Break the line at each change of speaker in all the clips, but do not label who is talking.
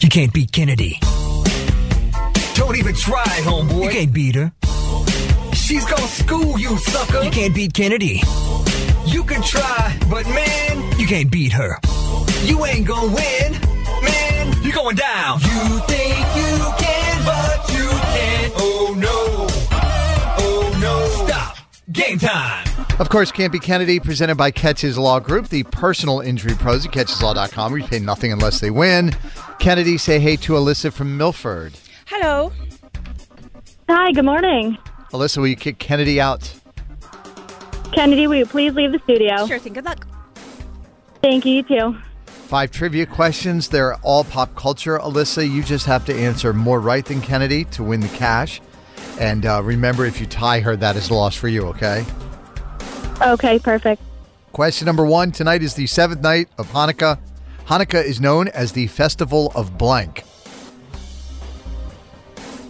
You can't beat Kennedy.
Don't even try, homeboy.
You can't beat her.
She's gonna school you, sucker.
You can't beat Kennedy.
You can try, but man,
you can't beat her.
You ain't gonna win, man. You're going down. You think you can, but you can't. Oh no. Oh no. Stop. Game time.
Of course, Can't Be Kennedy, presented by Catches Law Group, the personal injury pros at catcheslaw.com, where you pay nothing unless they win. Kennedy, say hey to Alyssa from Milford.
Hello.
Hi, good morning.
Alyssa, will you kick Kennedy out?
Kennedy, will you please leave the studio?
Sure thing. Good luck.
Thank you, you too.
Five trivia questions. They're all pop culture. Alyssa, you just have to answer more right than Kennedy to win the cash. And uh, remember, if you tie her, that is a loss for you, okay?
Okay, perfect.
Question number one tonight is the seventh night of Hanukkah. Hanukkah is known as the Festival of Blank.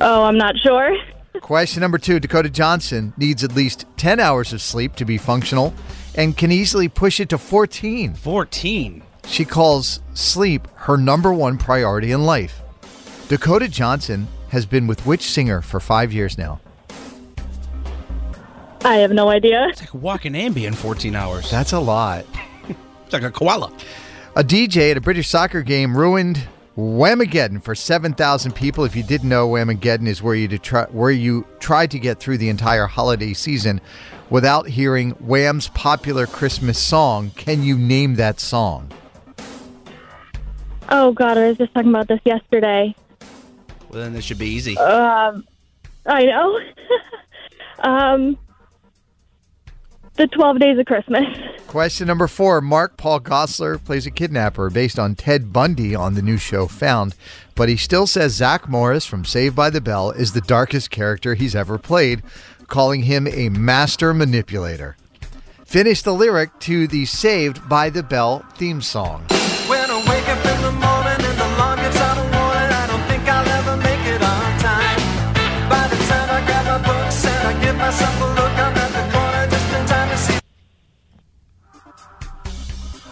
Oh, I'm not sure.
Question number two Dakota Johnson needs at least 10 hours of sleep to be functional and can easily push it to 14.
14.
She calls sleep her number one priority in life. Dakota Johnson has been with which singer for five years now?
I have no idea.
It's like walking ambient 14 hours.
That's a lot.
It's like a koala.
A DJ at a British soccer game ruined Whamageddon for 7,000 people. If you didn't know, Whamageddon is where you, try, where you tried to get through the entire holiday season without hearing Wham's popular Christmas song. Can you name that song?
Oh, God, I was just talking about this yesterday.
Well, then this should be easy.
Um, I know. um, the 12 Days of Christmas.
Question number four Mark Paul Gossler plays a kidnapper based on Ted Bundy on the new show Found, but he still says Zach Morris from Saved by the Bell is the darkest character he's ever played, calling him a master manipulator. Finish the lyric to the Saved by the Bell theme song.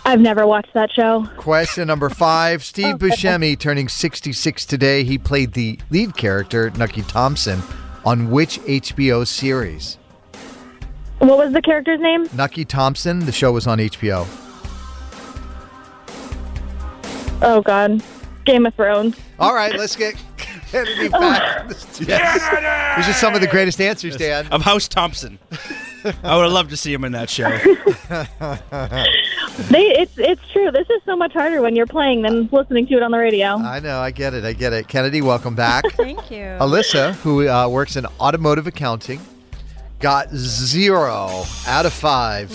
I've never watched that show.
Question number five Steve
Okay.
Buscemi turning 66 today. He played the lead character, Nucky Thompson, on which HBO series?
What was the character's name?
Nucky Thompson, the show was on HBO.
Oh, God. Game of Thrones.
All right, let's get Kennedy back. in the studio. These are some of the greatest answers, Dan.
Of House Thompson. I would have loved to see him in that show.
They, it's, it's true. This is so much harder when you're playing than listening to it on the radio.
I know, I get it, I get it. Kennedy, welcome back.
Thank you.
Alyssa, who uh, works in automotive accounting, got zero out of five.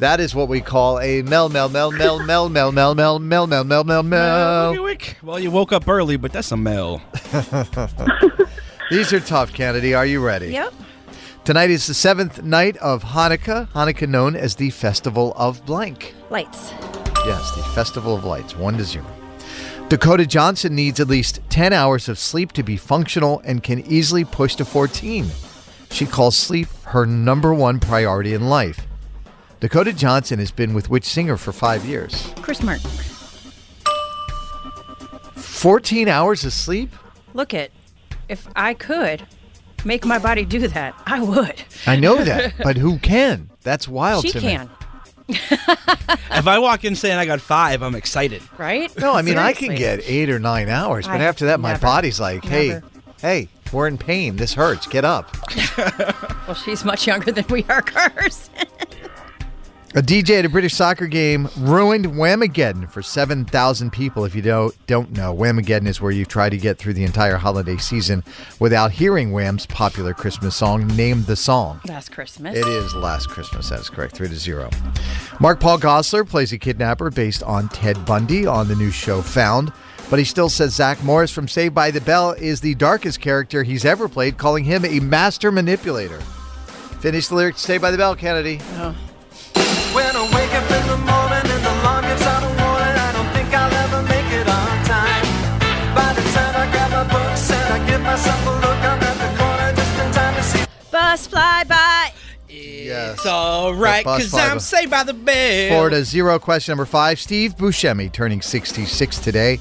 That is what we call a mel mel mel mel mel mel mel mel mel mel mel mel mel.
Well, you woke up early, but that's a male.
These are tough, Kennedy. Are you ready?
Yep.
Tonight is the seventh night of Hanukkah. Hanukkah known as the Festival of Blank.
Lights.
Yes, the Festival of Lights, one to zero. Dakota Johnson needs at least 10 hours of sleep to be functional and can easily push to 14. She calls sleep her number one priority in life. Dakota Johnson has been with which singer for five years?
Chris Martin.
14 hours of sleep?
Look it. If I could make my body do that, I would.
I know that, but who can? That's wild
she
to me.
can.
if I walk in saying I got five, I'm excited.
right?
No, I mean I can
Seriously.
get eight or nine hours, but
I-
after that, my
never.
body's like, hey,
Never.
hey, we're in pain. This hurts. Get up.
Well, she's much younger than we are, Carson.
A DJ at a British soccer game ruined Whamageddon for 7,000 people. If you don't, don't know, Whamageddon is where you try to get through the entire holiday season without hearing Wham's popular Christmas song, Name the Song.
Last Christmas.
It is Last Christmas. That is correct. Three to zero. Mark Paul Gossler plays a kidnapper based on Ted Bundy on the new show Found, but he still says Zach Morris from Saved by the Bell is the darkest character he's ever played, calling him a master manipulator. Finish the lyric to Saved by the Bell, Kennedy.
When I wake up in the morning and the alarm gets out of warning, I don't think I'll ever make it on time. By the time I grab my books and I give myself a look, I'm at the corner just in time to see.
Bus fly by.
Yes.
It's all right,
bus
because
fiber.
I'm saved by the bell.
Four to zero. Question number five. Steve Buscemi turning 66 today.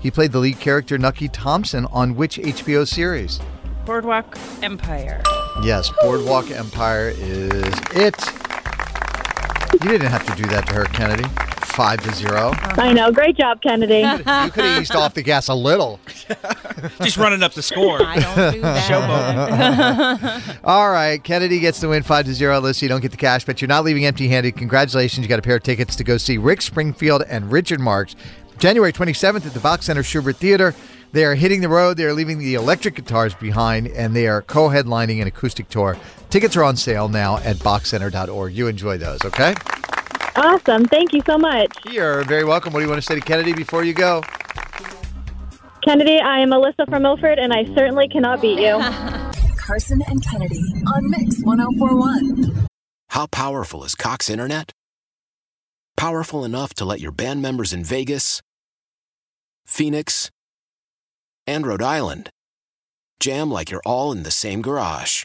He played the lead character Nucky Thompson on which HBO series?
Boardwalk Empire.
Yes, Boardwalk Empire is it. You didn't have to do that to her, Kennedy. Five to zero.
I know. Great job, Kennedy.
You could have eased off the gas a little.
Just running up the score.
I don't do that.
All right, Kennedy gets the win five to zero. Alyssa, you don't get the cash, but you're not leaving empty-handed. Congratulations, you got a pair of tickets to go see Rick Springfield and Richard Marx, January 27th at the Box Center Schubert Theater. They are hitting the road. They are leaving the electric guitars behind, and they are co-headlining an acoustic tour. Tickets are on sale now at boxcenter.org. You enjoy those, okay?
Awesome. Thank you so much.
You're very welcome. What do you want to say to Kennedy before you go?
Kennedy, I am Alyssa from Milford, and I certainly cannot beat you.
Carson and Kennedy on Mix 1041.
How powerful is Cox Internet? Powerful enough to let your band members in Vegas, Phoenix, and Rhode Island jam like you're all in the same garage.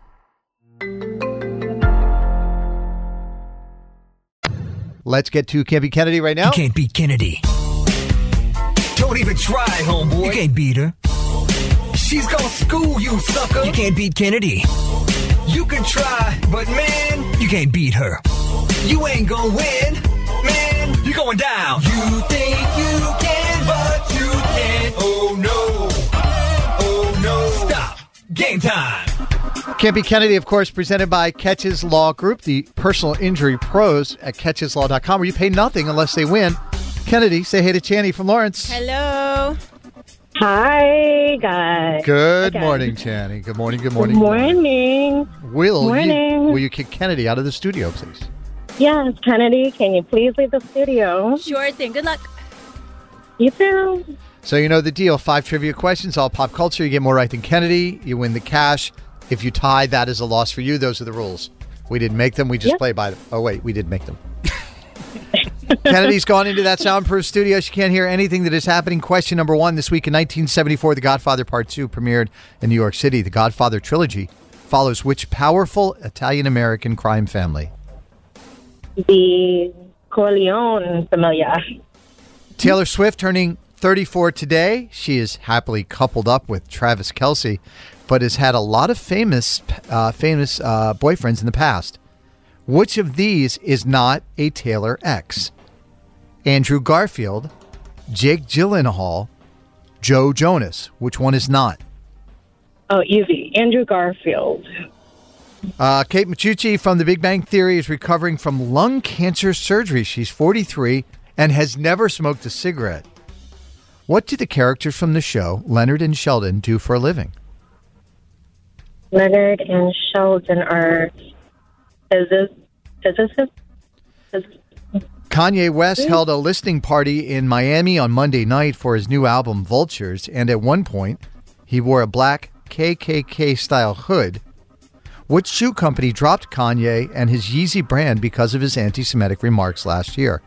Let's get to Campy Kennedy right now.
You can't beat Kennedy.
Don't even try,
You
homeboy.
can't beat her.
She's gonna school you, sucker.
You can't beat Kennedy.
You can try, but man,
You can't beat her.
you ain't gonna win. Man, you're going down. You think you can, but you can't. Oh no. Oh no. Stop. Game time.
Campy Kennedy, of course, presented by Catches Law Group, the personal injury pros at catcheslaw.com, where you pay nothing unless they win. Kennedy, say hey to Channy from Lawrence.
Hello.
Hi, guys.
Good
Okay.
morning, Channy. Good morning, good
Good
morning.
morning.
Will, You,
Morning.
will you kick Kennedy out of the studio, please?
Yes, Kennedy, can you please leave the studio?
Sure thing. Good luck.
You too.
So you know the deal. Five trivia questions, all pop culture. You get more right than Kennedy. You win the cash. If you tie, that is a loss for you. Those are the rules. We didn't make them. We just
Yep.
play by them. Oh wait, we did make them. Kennedy's gone into that soundproof studio. She can't hear anything that is happening. Question number one this week in 1974, The Godfather Part Two premiered in New York City. The Godfather trilogy follows which powerful Italian American crime family?
The Corleone familia.
Taylor Swift turning 34 today. She is happily coupled up with Travis Kelsey, but has had a lot of famous, uh, famous uh, boyfriends in the past. Which of these is not a Taylor X? Andrew Garfield, Jake Gyllenhaal, Joe Jonas. Which one is not?
Oh, easy. Andrew Garfield.
Uh, Kate Michucci from The Big Bang Theory is recovering from lung cancer surgery. She's 43 and has never smoked a cigarette. What do the characters from the show, Leonard and Sheldon, do for a living?
Leonard and Sheldon are physicists. physicists?
Kanye West held a listening party in Miami on Monday night for his new album Vultures, and at one point, he wore a black KKK style hood. Which shoe company dropped Kanye and his Yeezy brand because of his anti Semitic remarks last year?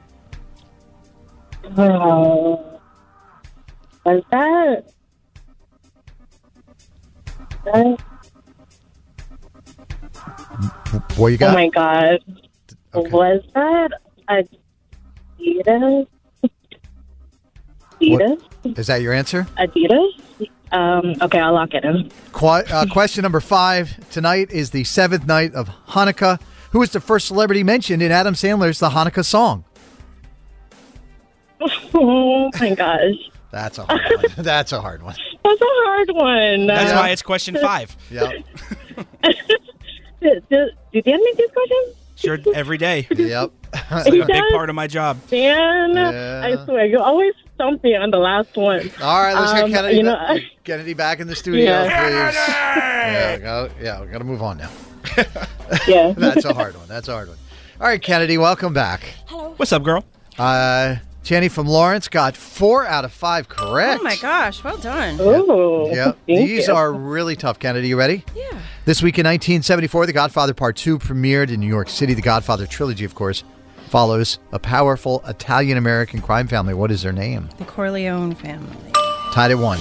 Oh. Was that? that-
What
oh
you got?
my god. Was that Adidas? Adidas?
Is that your answer?
Adidas? Um, okay, I'll lock it in.
Qua- uh, question number five. Tonight is the seventh night of Hanukkah. Who is the first celebrity mentioned in Adam Sandler's The Hanukkah Song?
Oh my gosh.
That's a hard one. That's a hard one.
That's a hard one.
That's
Uh,
why it's question five.
Yeah.
Do, do, do Dan make these questions?
Sure, every day.
Yep.
It's like a big part of my job.
Dan,
Yeah.
I swear, you always stump me on the last one.
All right, let's
Um,
get Kennedy,
you know,
back, Kennedy back in the studio,
Yeah.
please. Yeah, we gotta, yeah, we gotta move on now.
yeah.
That's a hard one. That's a hard one. All right, Kennedy, welcome back. Hello.
What's up, girl?
Uh, Jenny from Lawrence got four out of five correct.
Oh my gosh, well done.
Ooh.
Yep. These are really tough, Kennedy. You ready?
Yeah.
This week in 1974, The Godfather Part 2 premiered in New York City. The Godfather trilogy, of course, follows a powerful Italian American crime family. What is their name?
The Corleone family.
Tied at one.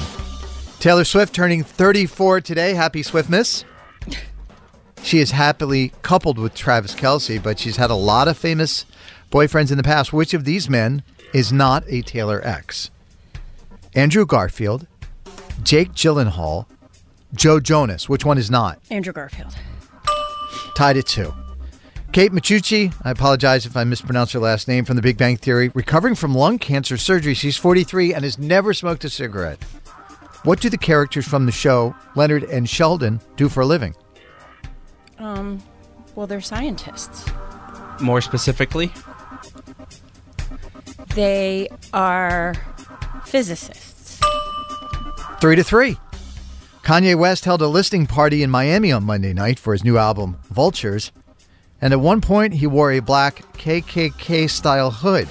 Taylor Swift turning 34 today. Happy Swiftness. She is happily coupled with Travis Kelsey, but she's had a lot of famous boyfriends in the past. Which of these men is not a Taylor X? Andrew Garfield, Jake Gyllenhaal, Joe Jonas. Which one is not?
Andrew Garfield.
Tied at two. Kate Michucci, I apologize if I mispronounce her last name from the Big Bang Theory, recovering from lung cancer surgery. She's 43 and has never smoked a cigarette. What do the characters from the show, Leonard and Sheldon, do for a living?
Um, well, they're scientists.
More specifically,
They are physicists.
Three to three. Kanye West held a listening party in Miami on Monday night for his new album, Vultures, and at one point he wore a black KKK style hood.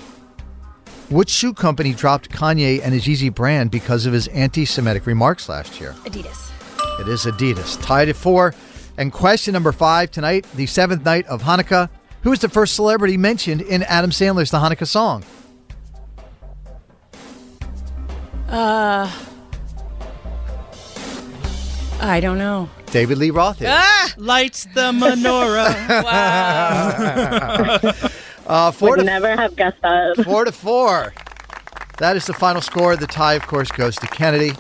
Which shoe company dropped Kanye and his Yeezy brand because of his anti Semitic remarks last year?
Adidas.
It is Adidas. Tied at four. And question number five tonight, the seventh night of Hanukkah. Who is the first celebrity mentioned in Adam Sandler's The Hanukkah Song?
Uh, I don't know.
David Lee Roth is.
lights the menorah.
Uh, four,
Would
to,
never have guessed that.
four to four. That is the final score. The tie, of course, goes to Kennedy.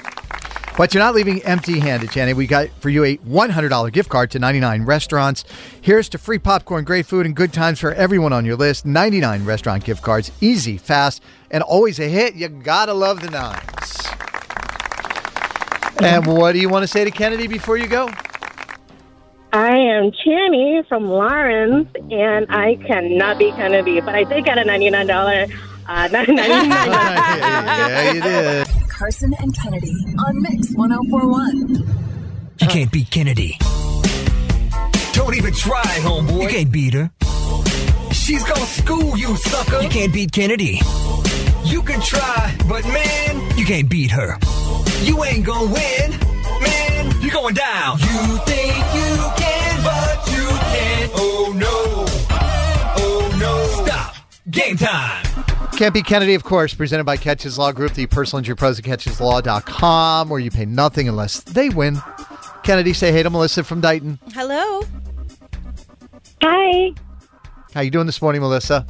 But you're not leaving empty handed, Jenny. We got for you a $100 gift card to 99 restaurants. Here's to free popcorn, great food, and good times for everyone on your list. 99 restaurant gift cards, easy, fast, and always a hit. You gotta love the nines. And what do you want to say to Kennedy before you go?
I am Channy from Lawrence, and I cannot be Kennedy, but I did get a ninety-nine dollar. Uh, $99.
yeah, you did.
Carson and Kennedy on Mix 1041.
You can't beat Kennedy. Don't even try, homeboy. You can't beat her. She's gonna school you, sucker. You can't beat Kennedy. You can try, but man, you can't beat her. You ain't gonna win, man. You're going down. You think you can, but you can't. Oh no. Oh no. Stop. Game time.
Can't be Kennedy, of course, presented by Catches Law Group, the personal injury pros at catcheslaw.com, where you pay nothing unless they win. Kennedy, say hey to Melissa from Dighton.
Hello.
Hi,
How you doing this morning, Melissa?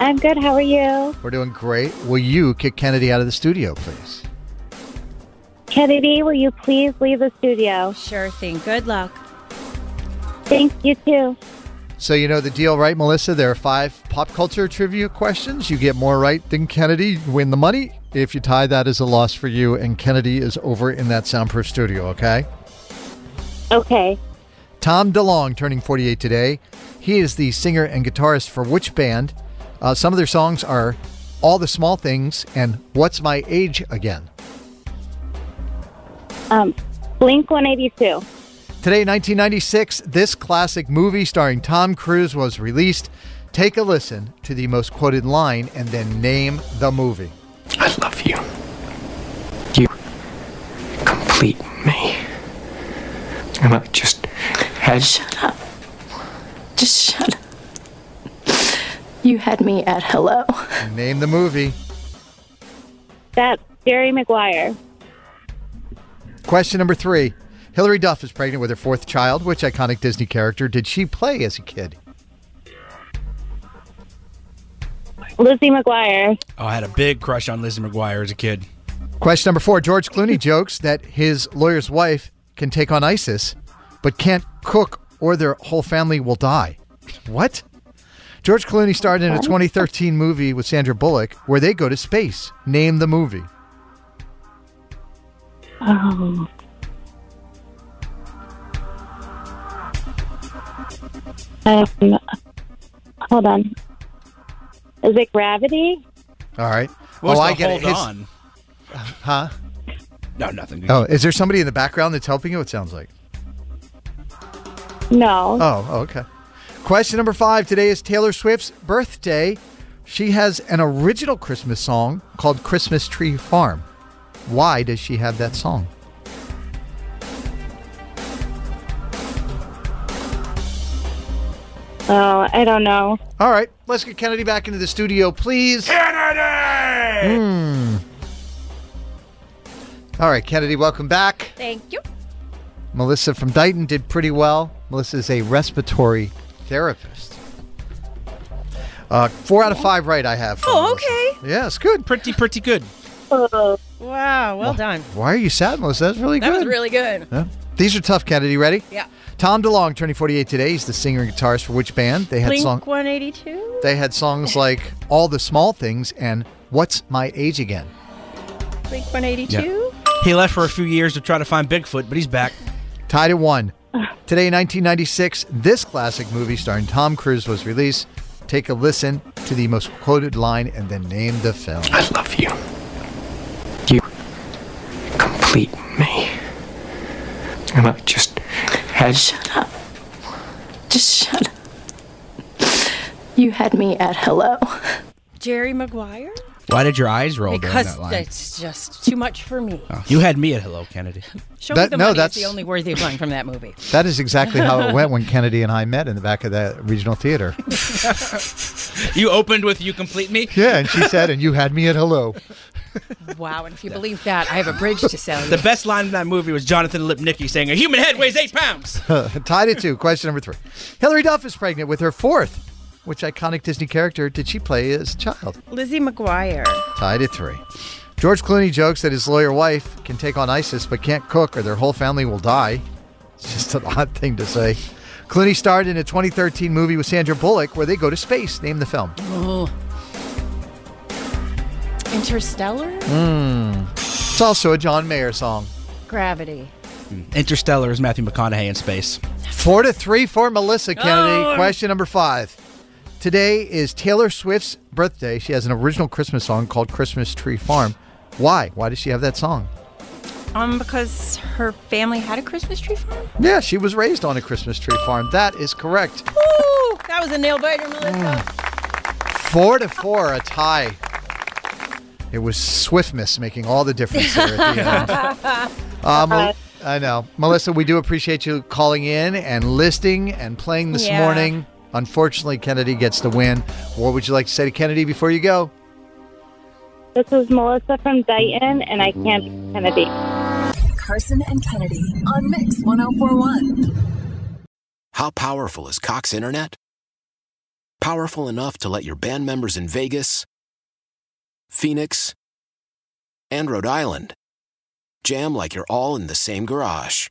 I'm good. How are you?
We're doing great. Will you kick Kennedy out of the studio, please?
Kennedy, will you please leave the studio?
Sure thing. Good luck.
Thank you, too.
So you know the deal, right, Melissa? There are five pop culture trivia questions. You get more right than Kennedy, you win the money. If you tie, that is a loss for you, and Kennedy is over in that soundproof studio. Okay.
Okay.
Tom DeLong turning 48 today. He is the singer and guitarist for which band? Uh, some of their songs are "All the Small Things" and "What's My Age Again."
Um, Blink 182.
Today, 1996, this classic movie starring Tom Cruise was released. Take a listen to the most quoted line and then name the movie.
I love you. You complete me. And I just had.
Shut up. Just shut up. You had me at hello.
Name the movie.
That's Jerry Maguire.
Question number three Hillary Duff is pregnant with her fourth child. Which iconic Disney character did she play as a kid?
Lizzie McGuire.
Oh, I had a big crush on Lizzie McGuire as a kid.
Question number four George Clooney jokes that his lawyer's wife can take on ISIS, but can't cook or their whole family will die. What? George Clooney starred in a 2013 movie with Sandra Bullock where they go to space. Name the movie.
Um, um, hold on. Is it gravity?
All right.
What was
oh,
the
I get
hold
it. His-
on?
Huh?
No, nothing.
Oh, is there somebody in the background that's helping you? It sounds like.
No.
Oh, okay. Question number five today is Taylor Swift's birthday. She has an original Christmas song called Christmas Tree Farm. Why does she have that song?
Oh, I don't know.
All right, let's get Kennedy back into the studio, please. Kennedy! All right, Kennedy, welcome back.
Thank you.
Melissa from Dighton did pretty well. Melissa is a respiratory therapist. Uh, four out of five right I have. for
Oh,
Melissa.
okay.
Yeah, it's good. Pretty, pretty good.
Wow, well done.
Why are you sad, Melissa? That's really
That
good.
was really good.
Yeah. These are tough, Kennedy. Ready?
Yeah.
Tom DeLong, turning 48 today. He's the singer and guitarist for which band? They had
Blink
song.
182.
They had songs like All the Small Things and What's My Age Again.
Blink 182.
He left for a few years to try to find Bigfoot, but he's back.
Tied at one. Today, in 1996, this classic movie starring Tom Cruise was released. Take a listen to the most quoted line and then name the film.
I love you. You complete me. And I just had. Shut up.
Just shut up. You had me at hello.
Jerry Maguire?
Why did your eyes roll during
Because
that line?
that's just too much for me.
Oh, you had me at hello, Kennedy.
Show
Uh, That-
me the
no,
money
that's-
is the only worthy one from that movie.
That is exactly how it went when Kennedy and I met in the back of that regional theater.
You opened with "You complete me."
Yeah, and she said, and you had me at hello.
Wow, and if you believe that, I have a bridge to sell you.
The best line in that movie was Jonathan Lipnicki saying, "A human head weighs eight pounds."
Tied at two. Question number three. Hillary Duff is pregnant with her fourth. Which iconic Disney character did she play as a child?
Lizzie McGuire.
Tied at three. George Clooney jokes that his lawyer wife can take on ISIS but can't cook or their whole family will die. It's just an odd thing to say. Clooney starred in a 2013 movie with Sandra Bullock where they go to space. Name the film.
Oh. Interstellar?
Mm. It's also a John Mayer song.
Gravity.
Interstellar is Matthew McConaughey in space.
Four to three for Melissa Kennedy.
Oh.
Question number five. Today is Taylor Swift's birthday. She has an original Christmas song called Christmas Tree Farm. Why? Why does she have that song?
Um, because her family had a Christmas tree farm?
Yeah, she was raised on a Christmas tree farm. That is correct.
Ooh, that was a nail biter, Melissa.
Four to four, a tie. It was Swiftness making all the difference here at the end. Uh, Mel- I know. Melissa, we do appreciate you calling in and listing and playing this
Yeah.
morning. Unfortunately, Kennedy gets the win. What would you like to say to Kennedy before you go?
This is Melissa from Dighton, and I can't be Kennedy.
Carson and Kennedy on Mix 1041.
How powerful is Cox Internet? Powerful enough to let your band members in Vegas, Phoenix, and Rhode Island jam like you're all in the same garage.